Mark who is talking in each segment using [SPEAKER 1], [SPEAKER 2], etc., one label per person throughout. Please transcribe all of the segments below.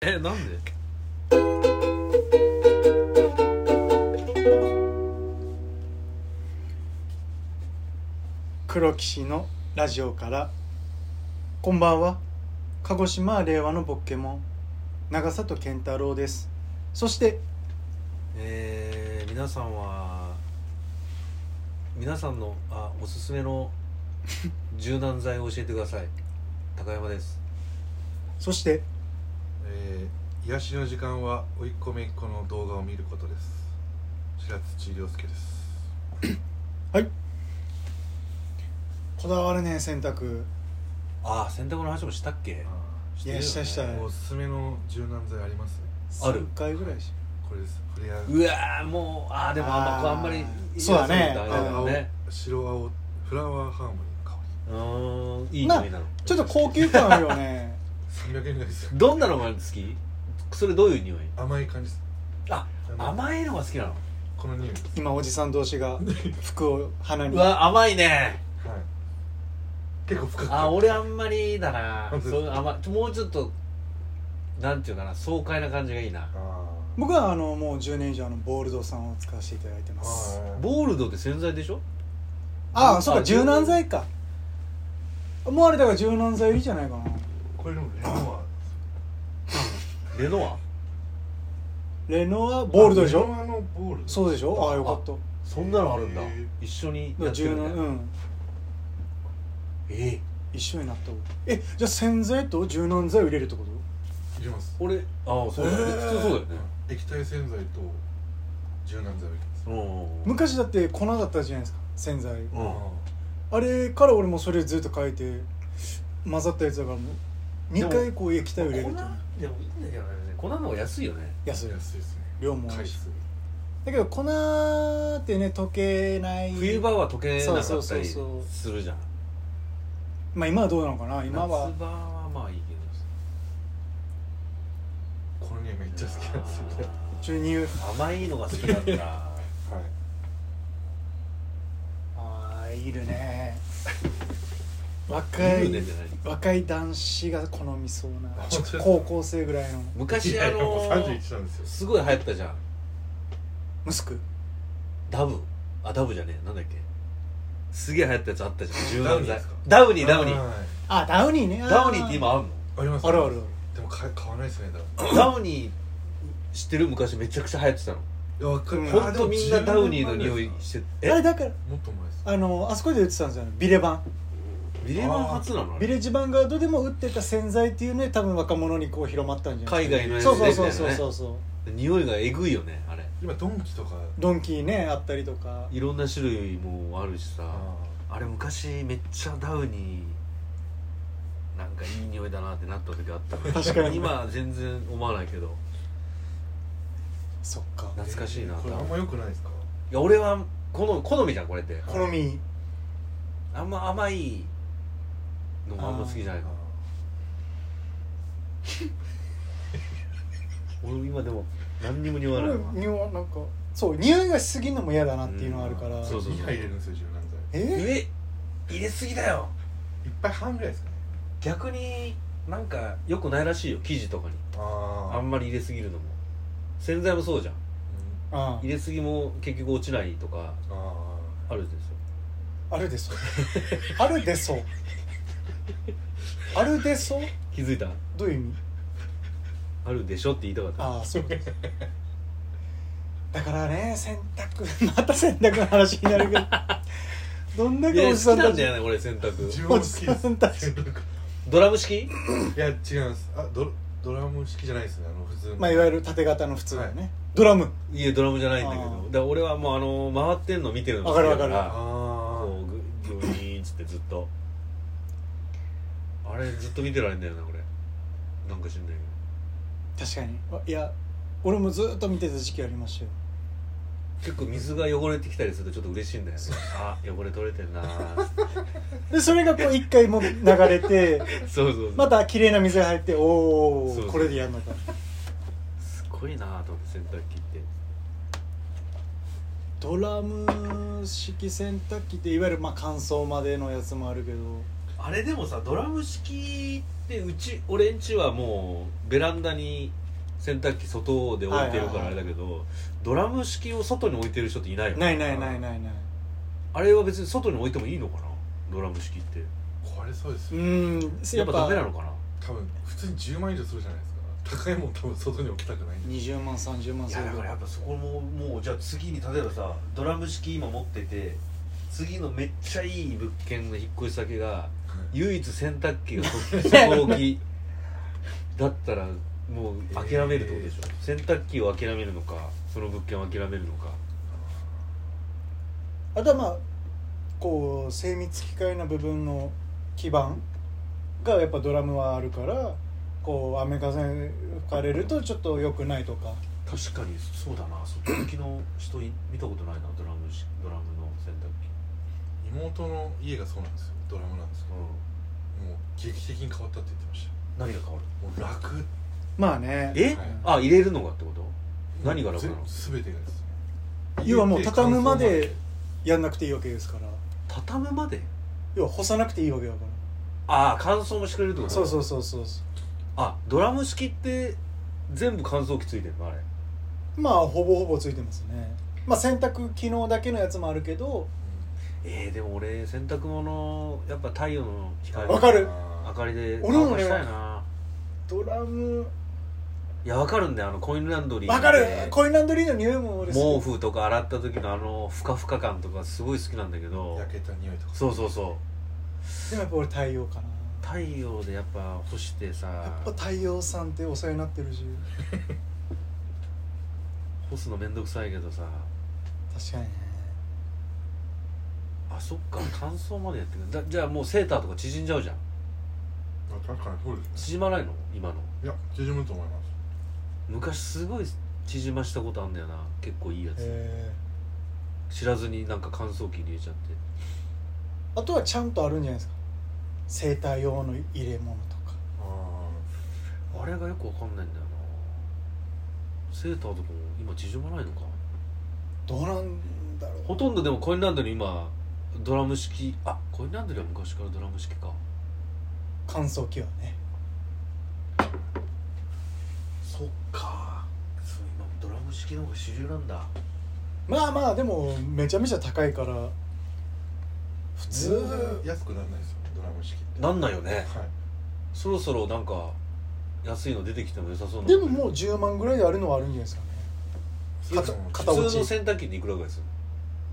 [SPEAKER 1] えなんで
[SPEAKER 2] 黒騎士のラジオからこんばんは鹿児島令和のポケモン長里健太郎ですそして
[SPEAKER 1] えー、皆さんは皆さんのあおすすめ の柔軟剤を教えてください高山です
[SPEAKER 2] そして
[SPEAKER 3] えー、癒しの時間は追い込めっ子の動画を見ることです白土涼介です
[SPEAKER 2] はいこだわるねん洗濯
[SPEAKER 1] ああ洗濯の話もしたっけし
[SPEAKER 2] いやしたした
[SPEAKER 1] ね
[SPEAKER 3] おすすめの柔軟剤あります
[SPEAKER 1] ある
[SPEAKER 2] 3回ぐらいし
[SPEAKER 3] これですフレア
[SPEAKER 1] うわーもうああでもあんま
[SPEAKER 2] あー
[SPEAKER 1] あんまりいいやつ
[SPEAKER 2] そうだね
[SPEAKER 1] なん
[SPEAKER 2] あ
[SPEAKER 1] だ
[SPEAKER 3] 青
[SPEAKER 1] ね
[SPEAKER 3] 白青フラワーハーモニーの香
[SPEAKER 1] うーんいい匂いなの
[SPEAKER 2] ちょっと高級感ある よね
[SPEAKER 3] り300円ぐらいですよ
[SPEAKER 1] どんなのが好きそれどういう匂い
[SPEAKER 3] 甘い感じです
[SPEAKER 1] あ甘いのが好きなの
[SPEAKER 3] この匂いです
[SPEAKER 2] 今おじさん同士が服を鼻に
[SPEAKER 1] うわ甘いね
[SPEAKER 3] はい結構深く
[SPEAKER 1] あ俺あんまりだな
[SPEAKER 3] 本当ですか
[SPEAKER 1] そういう甘いもうちょっとなんていうかな爽快な感じがいいな
[SPEAKER 3] あー
[SPEAKER 2] 僕はあのもう10年以上あのボールドさんを使わせていただいてます
[SPEAKER 3] あー
[SPEAKER 1] ボールドって洗剤でしょ
[SPEAKER 2] あ
[SPEAKER 1] あ
[SPEAKER 2] あそうか柔軟剤かもうあれだから柔軟剤いいじゃないかな
[SPEAKER 3] これでもレノ
[SPEAKER 1] レノア
[SPEAKER 2] レノア
[SPEAKER 3] ア
[SPEAKER 2] ボールドでし
[SPEAKER 3] レ
[SPEAKER 2] ょ
[SPEAKER 3] ノアのボールド
[SPEAKER 2] そうでしょああよかった
[SPEAKER 1] そんなのあるんだ
[SPEAKER 3] へー
[SPEAKER 1] 一緒にや
[SPEAKER 2] だから
[SPEAKER 1] ってる
[SPEAKER 2] 柔
[SPEAKER 1] んだ
[SPEAKER 2] 軟
[SPEAKER 1] よ
[SPEAKER 2] うん
[SPEAKER 1] ええ
[SPEAKER 2] 一緒になったえじゃあ洗剤と柔軟剤を入れるってこと
[SPEAKER 3] 入れます
[SPEAKER 1] 俺ああそうだよね
[SPEAKER 2] え
[SPEAKER 1] 普
[SPEAKER 2] ー
[SPEAKER 1] 通そうだよね
[SPEAKER 3] 液体洗剤と柔軟剤を入れます
[SPEAKER 1] うん
[SPEAKER 2] 昔だって粉だったじゃないですか洗剤
[SPEAKER 1] うん
[SPEAKER 2] あれから俺もそれずっと変えて混ざったやつだからもう2回こう液体を入れると
[SPEAKER 1] 粉でもいいんだけどね粉の方が安いよね
[SPEAKER 2] 安い
[SPEAKER 3] 安いですね
[SPEAKER 2] 量も多
[SPEAKER 3] 回
[SPEAKER 2] いし
[SPEAKER 3] 数
[SPEAKER 2] だけど粉ってね溶けない
[SPEAKER 1] 冬場は溶けな
[SPEAKER 2] そ
[SPEAKER 1] か
[SPEAKER 2] う
[SPEAKER 1] っ
[SPEAKER 2] そ
[SPEAKER 1] た
[SPEAKER 2] うそう
[SPEAKER 1] り
[SPEAKER 2] そう
[SPEAKER 1] するじゃん
[SPEAKER 2] まあ今はどうなのかな今は
[SPEAKER 1] 夏場はまあいいけど
[SPEAKER 3] この匂いめっちゃ好きなんですよね
[SPEAKER 2] 注入
[SPEAKER 1] 甘いのが好きなん だ
[SPEAKER 3] はい
[SPEAKER 2] ああいるね若
[SPEAKER 1] い
[SPEAKER 2] い
[SPEAKER 1] いよねじゃない
[SPEAKER 2] 若い男子が好みそうな
[SPEAKER 3] 本当ですか
[SPEAKER 2] 高校生ぐらいの
[SPEAKER 3] い
[SPEAKER 1] 昔
[SPEAKER 3] や
[SPEAKER 1] あ
[SPEAKER 3] いやも
[SPEAKER 1] の
[SPEAKER 3] う31なんですよ
[SPEAKER 1] すごい流行ったじゃん
[SPEAKER 2] ムスク
[SPEAKER 1] ダブあダブじゃねえなんだっけすげえ流行ったやつあったじゃん柔
[SPEAKER 3] ダウ
[SPEAKER 1] 軟
[SPEAKER 3] ニー
[SPEAKER 1] 剤
[SPEAKER 3] ですか
[SPEAKER 1] ダウニーダウニー
[SPEAKER 3] はい
[SPEAKER 2] あダウニーね
[SPEAKER 1] ダウニーって今あんの
[SPEAKER 3] あります
[SPEAKER 2] あるある
[SPEAKER 3] でも買え買わないですねダウニ
[SPEAKER 1] ダウニー知ってる昔めちゃくちゃ流行ってたの
[SPEAKER 3] ーいやわかる
[SPEAKER 2] うん
[SPEAKER 1] 本当みんなダウニーの匂いしてて
[SPEAKER 2] あれ
[SPEAKER 1] え
[SPEAKER 2] だから
[SPEAKER 3] もっと前です
[SPEAKER 2] あのあそこで売ってたんですよねビレバン
[SPEAKER 1] ビレバン初なのあ
[SPEAKER 2] ビ
[SPEAKER 1] れ
[SPEAKER 2] レッジヴァンガードでも売ってた洗剤っていうね多分若者にこう広まったんじゃない
[SPEAKER 1] 海外のやつ
[SPEAKER 2] そうそう
[SPEAKER 1] で
[SPEAKER 2] そう
[SPEAKER 1] みた
[SPEAKER 2] そう
[SPEAKER 1] いな
[SPEAKER 2] そ
[SPEAKER 1] ね
[SPEAKER 2] うそう
[SPEAKER 1] 匂いがえぐいよねあれ
[SPEAKER 3] 今ドンキとか
[SPEAKER 2] ドンキーねあったりとか
[SPEAKER 1] いろんな種類もあるしさあれ昔めっちゃダウニーなんかいい匂いだなってなった時あったの
[SPEAKER 2] 確かに
[SPEAKER 1] 今は全然思わないけど
[SPEAKER 2] そっか
[SPEAKER 1] 懐かしいな
[SPEAKER 3] これあ
[SPEAKER 1] ダウ
[SPEAKER 3] ん
[SPEAKER 1] ニー
[SPEAKER 3] ま良くないですか
[SPEAKER 1] いや俺は好好みじゃんこれって
[SPEAKER 2] 好み
[SPEAKER 1] あんま甘いのもあんま好きじゃないの俺今でも何にも匂わないわ
[SPEAKER 2] 匂いはなんかそう匂いがしすぎるのも嫌だなっていうのはあるから、
[SPEAKER 1] うんそうそう
[SPEAKER 3] 2杯入れるんですよ柔軟剤
[SPEAKER 2] え
[SPEAKER 1] え入れすぎだよ
[SPEAKER 3] 一杯半ぐらいですかね
[SPEAKER 1] 逆になんかよくないらしいよ生地とかに
[SPEAKER 3] あ
[SPEAKER 1] あんまり入れすぎるのも洗剤もそうじゃん
[SPEAKER 2] あ
[SPEAKER 1] 入れすぎも結局落ちないとか
[SPEAKER 3] ああ
[SPEAKER 1] あるんですよ
[SPEAKER 2] ああるでそうあるでそうあるでそう
[SPEAKER 1] 気づいた
[SPEAKER 2] どういう意味
[SPEAKER 1] あるでしょって言いたかった
[SPEAKER 2] ああそうですだからね洗濯また洗濯の話になるけ どどんだ
[SPEAKER 1] い
[SPEAKER 2] け
[SPEAKER 1] や
[SPEAKER 2] お
[SPEAKER 1] 好
[SPEAKER 2] じさ
[SPEAKER 1] き
[SPEAKER 2] んた
[SPEAKER 1] なん
[SPEAKER 2] ち
[SPEAKER 1] じゃない俺洗濯
[SPEAKER 3] 自分も
[SPEAKER 2] お
[SPEAKER 3] 好
[SPEAKER 2] じ
[SPEAKER 3] きで
[SPEAKER 2] さ
[SPEAKER 3] す
[SPEAKER 2] んたち
[SPEAKER 1] ドラム式
[SPEAKER 3] いや違いますあドドラム式じゃないですねあの普通 の
[SPEAKER 2] まあいわゆる縦型の普通だよね、ドラム
[SPEAKER 1] いやドラムじゃないんだけ
[SPEAKER 2] あ
[SPEAKER 1] ど
[SPEAKER 2] ー
[SPEAKER 1] だから俺はもうあの回ってんの見てるの
[SPEAKER 2] わかるわ
[SPEAKER 1] る
[SPEAKER 3] あ
[SPEAKER 1] こうググイーンっつってずっとあれずっと見てられんだよな俺なんか知んない
[SPEAKER 2] 確かにいや俺もずっと見てた時期ありましたよ
[SPEAKER 1] けど結構水が汚れてきたりするとちょっと嬉しいんだよねあ汚れ取れてんなー
[SPEAKER 2] でそれがこう一回もう流 れて
[SPEAKER 1] そうそうそう
[SPEAKER 2] また綺麗な水が入っておお
[SPEAKER 1] そうそう
[SPEAKER 2] これでやるのか
[SPEAKER 1] すっごいなーと思って洗濯機って
[SPEAKER 2] ドラム式洗濯機っていわゆるまあ乾燥までのやつもあるけど
[SPEAKER 1] あれでもさドラム式ってうち俺んちはもうベランダに洗濯機外で置いてるから
[SPEAKER 2] はいはいはい
[SPEAKER 1] あれだけど、ドラム式を外に置いてる人っていないよね
[SPEAKER 2] ないないないないない
[SPEAKER 1] あれは別に外に置いてもいいのかなドラム式って
[SPEAKER 3] 壊れそうです
[SPEAKER 2] う
[SPEAKER 3] よ
[SPEAKER 2] んや
[SPEAKER 1] や
[SPEAKER 2] っ
[SPEAKER 1] っぱダメな
[SPEAKER 2] ぱ
[SPEAKER 1] のかな
[SPEAKER 3] 多分普通に10万以上するじゃないですか高いもん多分外に置きたくないんで
[SPEAKER 2] 20万30万
[SPEAKER 1] い
[SPEAKER 2] する
[SPEAKER 1] やだ
[SPEAKER 2] ぐ
[SPEAKER 1] からや
[SPEAKER 2] らい
[SPEAKER 1] っぱそこももうじゃあ次に例えばさドラム式今持ってて次のめっちゃいい物件の引っ越し先が唯一洗濯機が外置 きだったらもう諦めるってことでしょ、洗濯機を諦めるのかその物件を諦めるのか
[SPEAKER 2] あとはまあこう精密機械な部分の基盤がやっぱドラムはあるからこう雨風に吹かれるとちょっと良くないとか
[SPEAKER 1] 確かにそうだな外向きの人い見たことないなドラムしドラムの洗濯機
[SPEAKER 3] 妹の家がそうなんですよドラムなんですけど
[SPEAKER 1] うん
[SPEAKER 3] もう劇的に変わったって言ってました
[SPEAKER 1] 何が変わる
[SPEAKER 3] もう楽
[SPEAKER 2] まあね
[SPEAKER 1] え、
[SPEAKER 3] はい
[SPEAKER 1] あ入れるのがってこと何が楽なの
[SPEAKER 3] すべ全全てがですね
[SPEAKER 2] 要はもう
[SPEAKER 3] 家って
[SPEAKER 2] 畳むま
[SPEAKER 3] 乾燥
[SPEAKER 2] でやんなくていいわけですから
[SPEAKER 1] 畳むまで
[SPEAKER 2] 要は干さなくていいわけだか
[SPEAKER 1] ああ乾燥もしてくれるってこ
[SPEAKER 2] ら
[SPEAKER 1] と
[SPEAKER 2] そうそううそうそうそ
[SPEAKER 1] あドラム式って全部乾燥機ついてるのあれ
[SPEAKER 2] うまあほぼほぼついてますねまあ洗濯機能だけのやつもあるけど
[SPEAKER 1] えー、でも俺洗濯物やっぱ太陽の光
[SPEAKER 2] わかる
[SPEAKER 1] 明
[SPEAKER 3] あ
[SPEAKER 1] かりで
[SPEAKER 2] 俺もね
[SPEAKER 1] 乾かしたいな
[SPEAKER 2] ドラム
[SPEAKER 1] いやわかるんだよあのコインランドリーで
[SPEAKER 2] わかるコインランドリーの匂いも俺好き
[SPEAKER 1] 毛布とか洗った時のあのふかふか感とかすごい好きなんだけ
[SPEAKER 3] ー
[SPEAKER 1] ど
[SPEAKER 3] 焼けた匂いとか
[SPEAKER 1] そうそうそう
[SPEAKER 2] でもやっぱ俺太陽かな
[SPEAKER 1] 太陽でやっぱ干して
[SPEAKER 2] や
[SPEAKER 1] さ
[SPEAKER 2] っぱ太陽さんってお世話になってるし
[SPEAKER 1] 干すのめんどくさいけどさ
[SPEAKER 2] 確かにね
[SPEAKER 1] あそっか乾燥までやってくるだじゃあもうセーターとか縮んじゃうじゃん
[SPEAKER 3] あ確かにそうですね
[SPEAKER 1] 縮まないの今の
[SPEAKER 3] いや縮むと思います
[SPEAKER 1] 昔すごい縮ましたことあんだよな結構いいやつ
[SPEAKER 2] へ
[SPEAKER 1] 知らずになんか乾燥機に入れちゃって
[SPEAKER 2] ーあとはちゃんとあるんじゃないですか生体用の入れ物とか
[SPEAKER 3] あ
[SPEAKER 1] あれがよくわかんないんだよなセーターとかも今縮まないのか
[SPEAKER 2] どうなんだろう
[SPEAKER 1] ほとんどでもコインランドリー今ドラム式あコインランドリーは昔からドラム式か
[SPEAKER 2] 乾燥機はね
[SPEAKER 1] そっかそう今ドラム式の方が主流なんだ
[SPEAKER 2] まあまあでもめちゃめちゃ高いから普
[SPEAKER 3] ー
[SPEAKER 2] 通
[SPEAKER 3] 全然安くならないですよねドラム式って
[SPEAKER 1] なんないよね
[SPEAKER 3] はい
[SPEAKER 1] そろそろなんか安いの出てきても良さそうな
[SPEAKER 2] でももう10万ぐらいであるのはあるんじゃないですかね
[SPEAKER 3] そういうのも
[SPEAKER 2] か片落
[SPEAKER 1] 普
[SPEAKER 2] ち
[SPEAKER 1] 通の洗濯機にいくらぐらいする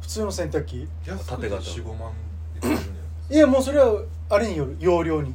[SPEAKER 2] 普通の洗濯機
[SPEAKER 3] 安く
[SPEAKER 1] 縦
[SPEAKER 3] て
[SPEAKER 1] 型
[SPEAKER 3] 45万で買えるんじゃないですか
[SPEAKER 2] いやもうそれはあれによる容量に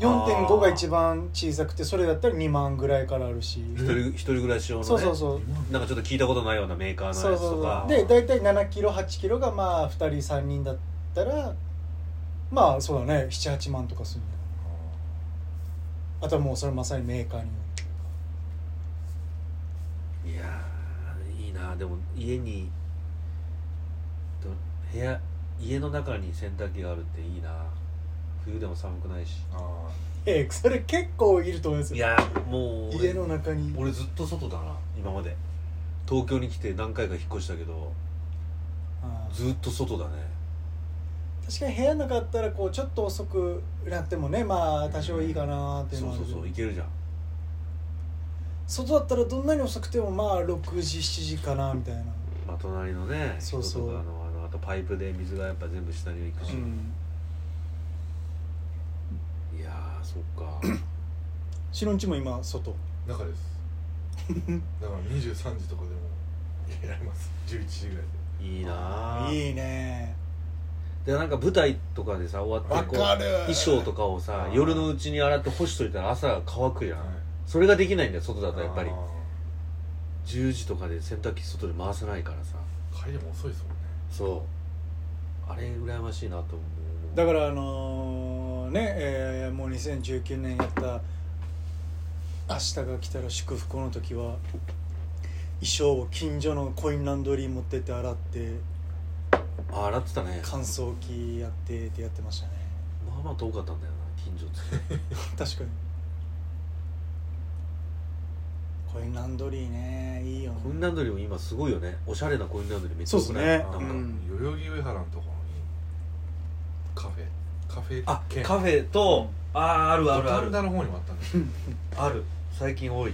[SPEAKER 2] 4.5が一番小さくてそれだったら2万ぐらいからあるし
[SPEAKER 1] 一人一人暮らし用のね
[SPEAKER 2] そうそうそう
[SPEAKER 1] なんかちょっと聞いたことないようなメーカーの
[SPEAKER 2] そう
[SPEAKER 1] や
[SPEAKER 2] そう
[SPEAKER 1] つと
[SPEAKER 2] そ
[SPEAKER 1] か
[SPEAKER 2] うで大体7キロ8キロがまあ2人3人だったらまあそうだね78万とかするんだよあとはもうそれまさにメーカーによる
[SPEAKER 1] いやーいいなでも家にど部屋家の中に洗濯機があるっていいな冬でも寒くないし
[SPEAKER 3] あーあ
[SPEAKER 2] ええそれ結構いると思います
[SPEAKER 1] い
[SPEAKER 2] よ
[SPEAKER 1] やもう俺
[SPEAKER 2] 家の中に
[SPEAKER 1] 俺ずっと外だな今まで東京に来て何回か引っ越したけど
[SPEAKER 2] ああ
[SPEAKER 1] ずっと外だね
[SPEAKER 2] 確かに部屋なかったらこうちょっと遅くなってもねまあ多少いいかなっていう
[SPEAKER 1] そ
[SPEAKER 2] の
[SPEAKER 1] う
[SPEAKER 2] は
[SPEAKER 1] そう
[SPEAKER 2] あるけど
[SPEAKER 1] そういけるじゃん
[SPEAKER 2] 外だったらどんなに遅くてもまあ6時7時かなみたいな
[SPEAKER 1] まあ隣のね
[SPEAKER 2] そうそう
[SPEAKER 1] 人とかのあのあとパイプで水がやっぱ全部下に行くし、
[SPEAKER 2] うん
[SPEAKER 1] いやーそっか
[SPEAKER 2] しのんちも今外
[SPEAKER 3] ー中ですだから23時とかでもやられます11時ぐらいで
[SPEAKER 1] いいなー
[SPEAKER 2] いいね
[SPEAKER 1] でなんか舞台とかでさ終わ
[SPEAKER 2] わ
[SPEAKER 1] ってこう
[SPEAKER 2] かる
[SPEAKER 1] 衣装とかをさ
[SPEAKER 3] あー
[SPEAKER 1] 夜のうちに洗って干しといたら朝乾くやん、
[SPEAKER 3] はい
[SPEAKER 1] それができないんだよ外だとやっぱり
[SPEAKER 3] あ
[SPEAKER 1] 10時とかで洗濯機外で回せないからさ
[SPEAKER 3] ー帰りも遅いですもんね
[SPEAKER 1] そうあれ羨ましいなと思う
[SPEAKER 2] だかららあのーね、えーもう2019年やった「明日が来たら祝福」の時は衣装を近所のコインランドリー持ってって洗って
[SPEAKER 1] あ洗ってたね
[SPEAKER 2] 乾燥機やってってやってましたね
[SPEAKER 1] まあまあ遠かったんだよな近所って
[SPEAKER 2] 確かにコインランドリーねいいよね
[SPEAKER 1] コインランドリーも今すごいよねおしゃれなコインランドリーめっちゃ
[SPEAKER 2] そ
[SPEAKER 1] 多
[SPEAKER 2] うっす
[SPEAKER 1] く
[SPEAKER 2] ね
[SPEAKER 1] ないなんか、
[SPEAKER 3] なんか、
[SPEAKER 2] うん
[SPEAKER 3] 代々木上原のところにカフェカフェ
[SPEAKER 1] あ
[SPEAKER 3] 兼
[SPEAKER 1] カフェと、あーあるある
[SPEAKER 3] 五
[SPEAKER 1] あ
[SPEAKER 3] 反
[SPEAKER 1] る
[SPEAKER 3] 田の方にもあったんです
[SPEAKER 1] ある最近多い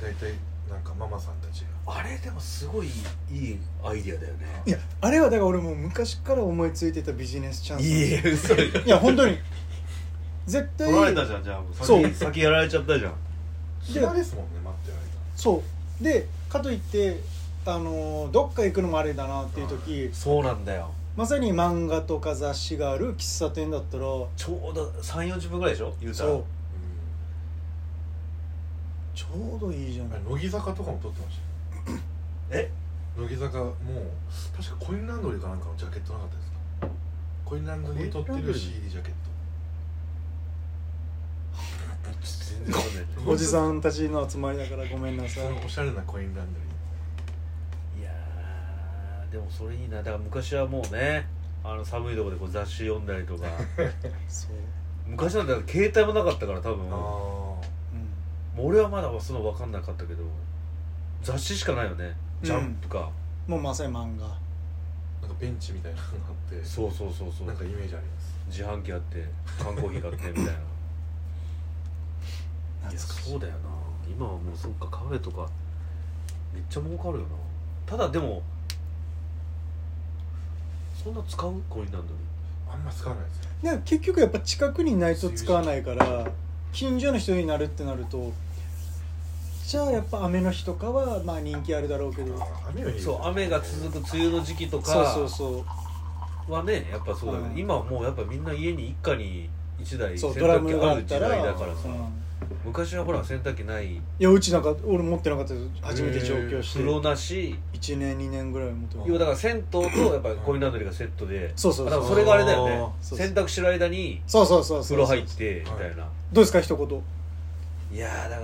[SPEAKER 3] 大体なんかママさんたちが
[SPEAKER 1] あれでもすごいいいアイディアだよね
[SPEAKER 2] いやあれはだから俺もう昔から思いついてたビジネスチャンス
[SPEAKER 1] いや嘘よ
[SPEAKER 2] いや本当に絶対
[SPEAKER 1] 取られたじゃんじゃあもう先
[SPEAKER 2] そう
[SPEAKER 1] 先やられちゃったじゃん
[SPEAKER 3] 暇ですもんね待ってる
[SPEAKER 2] そうでかといってあのーどっか行くのもあれだなっていう時
[SPEAKER 1] そうなんだよ
[SPEAKER 2] まさに漫画とか雑誌がある喫茶店だったら
[SPEAKER 1] ちょうど3四4 0分ぐらいでしょ言うたら
[SPEAKER 2] そう
[SPEAKER 3] 間
[SPEAKER 2] ちょうどいいじゃ
[SPEAKER 3] うんあ
[SPEAKER 2] ない
[SPEAKER 3] れ乃木坂とかも撮ってましたよ
[SPEAKER 1] え
[SPEAKER 3] 乃木坂もう確かコインランドリーかなんかのジャケットなかったですかコインランドリーに撮って
[SPEAKER 1] コインランド
[SPEAKER 3] る
[SPEAKER 1] リー
[SPEAKER 3] CD ジャケット
[SPEAKER 1] 全然わかんない
[SPEAKER 2] おじさんたちの集まりだからごめんなさ
[SPEAKER 3] そ
[SPEAKER 2] い
[SPEAKER 3] のおしゃれなコインランドリー
[SPEAKER 1] いやーでもそれいいなだから昔はもうねあの寒いところでこう雑誌読んだりと か
[SPEAKER 2] そう、
[SPEAKER 1] 昔なんて携帯もなかったから多分も
[SPEAKER 3] あ
[SPEAKER 2] う
[SPEAKER 1] う俺はまだその分かんなかったけど雑誌しかないよねジャンプか、
[SPEAKER 2] ん、もうまさに漫画
[SPEAKER 3] あなんかベンチみたいなのがあって
[SPEAKER 1] そうそうそうそう
[SPEAKER 3] なんかイメージあります
[SPEAKER 1] 自販機あって缶コーヒー買ってみたいないや
[SPEAKER 2] 懐かしい
[SPEAKER 1] そうだよな今はもうそっかカフェとかめっちゃ儲かるよなただでもそんな使うコインランドリー
[SPEAKER 3] あんま使わないですよ
[SPEAKER 2] で結局やっぱ近くにないと使わないから近所の人になるってなるとじゃあやっぱ雨の日とかはまあ人気あるだろうけど
[SPEAKER 3] あ雨はいいです
[SPEAKER 1] そう雨が続く梅雨の時期と
[SPEAKER 2] そうそ
[SPEAKER 1] か
[SPEAKER 2] うそ
[SPEAKER 1] はねやっぱそうだけど、
[SPEAKER 2] うん
[SPEAKER 1] 今はもうやっぱみんな家に一家に一台
[SPEAKER 2] う
[SPEAKER 1] 洗
[SPEAKER 2] そうドラ
[SPEAKER 1] 濯
[SPEAKER 2] ム
[SPEAKER 1] 機
[SPEAKER 2] が
[SPEAKER 1] あ
[SPEAKER 2] あっ
[SPEAKER 1] る時
[SPEAKER 2] た
[SPEAKER 1] 代
[SPEAKER 2] ら
[SPEAKER 1] だからさ
[SPEAKER 2] うん
[SPEAKER 1] 昔はほら洗濯機ない
[SPEAKER 2] いやうちなんか俺持ってなかったです初めて上京して
[SPEAKER 1] 風呂なし
[SPEAKER 2] 1年2年ぐらい持ってなか
[SPEAKER 1] 要
[SPEAKER 2] っ
[SPEAKER 1] はだから銭湯とやっぱりコインランドリーがセットで
[SPEAKER 2] たそうそう
[SPEAKER 1] だ
[SPEAKER 2] そ
[SPEAKER 1] か
[SPEAKER 2] う
[SPEAKER 1] らそれがあれだよね
[SPEAKER 2] そう
[SPEAKER 1] 洗濯してる間に
[SPEAKER 2] そうそうそうそ
[SPEAKER 1] 風
[SPEAKER 2] う
[SPEAKER 1] 呂入ってみたいな
[SPEAKER 2] どうですか一言
[SPEAKER 1] いやーだから